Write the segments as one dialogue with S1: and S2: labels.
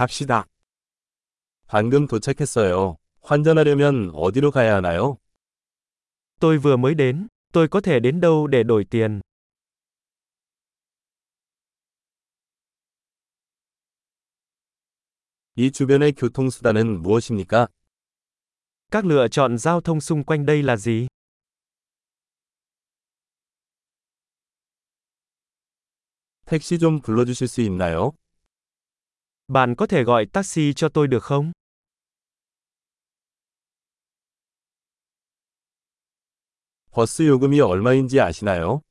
S1: 갑시다.
S2: 방금 도착했어요. 환전하려면 어디로 가야 하나요?
S3: Tôi vừa mới đến, tôi có thể đến đâu để đổi tiền?
S2: 이 주변의 교통수단은 무엇입니까?
S3: Các lựa chọn giao thông xung quanh đây là gì?
S2: 택시 좀 불러주실 수 있나요?
S3: Bạn có thể gọi taxi cho tôi được không?
S2: 버스 요금이 얼마인지 아시나요?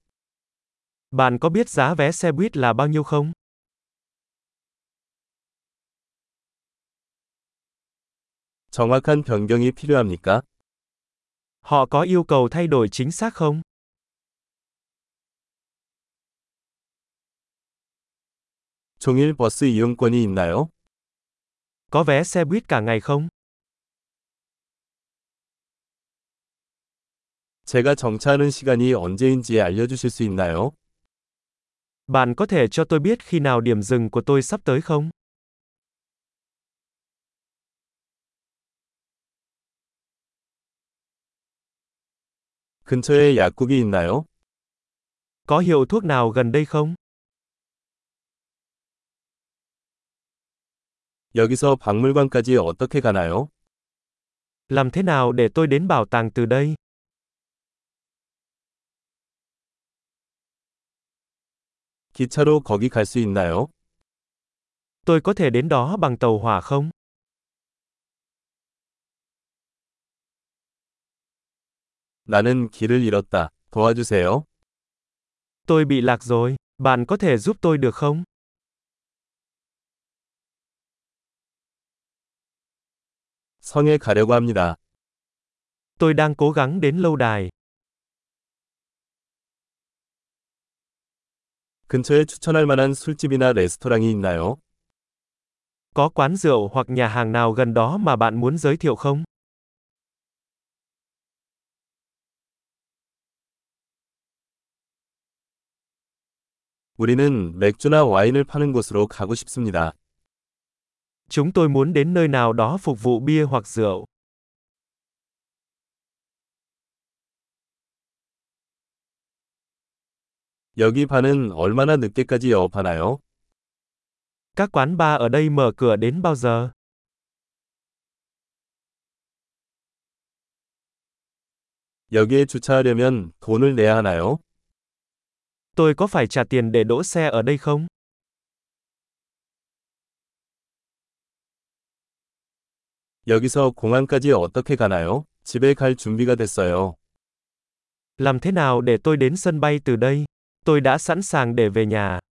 S3: Bạn có biết giá vé xe buýt là bao nhiêu không?
S2: 정확한 변경이 필요합니까?
S3: Họ có yêu cầu thay đổi chính xác không?
S2: 종일 버스 이용권이 있나요?
S3: Có vé xe buýt cả ngày không?
S2: 제가 정차하는 시간이 언제인지 알려주실 수 있나요?
S3: Bạn có thể cho tôi biết khi nào điểm dừng của tôi sắp tới không?
S2: 근처에 약국이 있나요?
S3: Có hiệu thuốc nào gần đây không?
S2: 여기서 박물관까지 어떻게 가나요?
S3: Làm thế nào để tôi đến bảo tàng từ đây?
S2: 기차로 거기 갈 수 있나요?
S3: Tôi có thể đến đó bằng tàu hỏa không?
S2: 나는 길을 잃었다. 도와주세요.
S3: Tôi bị lạc rồi, bạn có thể giúp tôi được không?
S2: 성에 가려고 합니다.
S3: Tôi đang cố gắng đến lâu đài.
S2: 근처에 추천할 만한 술집이나 레스토랑이 있나요?
S3: Có quán rượu hoặc nhà hàng nào gần đó mà bạn muốn giới thiệu không?
S2: 우리는 맥주나 와인을 파는 곳으로 가고 싶습니다.
S3: Chúng tôi muốn đến nơi nào đó phục vụ bia hoặc rượu.
S2: 여기 반은 얼마나 늦게까지 영업하나요?
S3: Các quán bar ở đây mở cửa đến bao giờ?
S2: 여기에 주차하려면 돈을 내야 하나요?
S3: Tôi có phải trả tiền để đỗ xe ở đây không?
S2: 여기서 공항까지 어떻게 가나요? 집에 갈 준비가 됐어요.
S3: Làm thế nào để tôi đến sân bay từ đây? Tôi đã sẵn sàng để về nhà.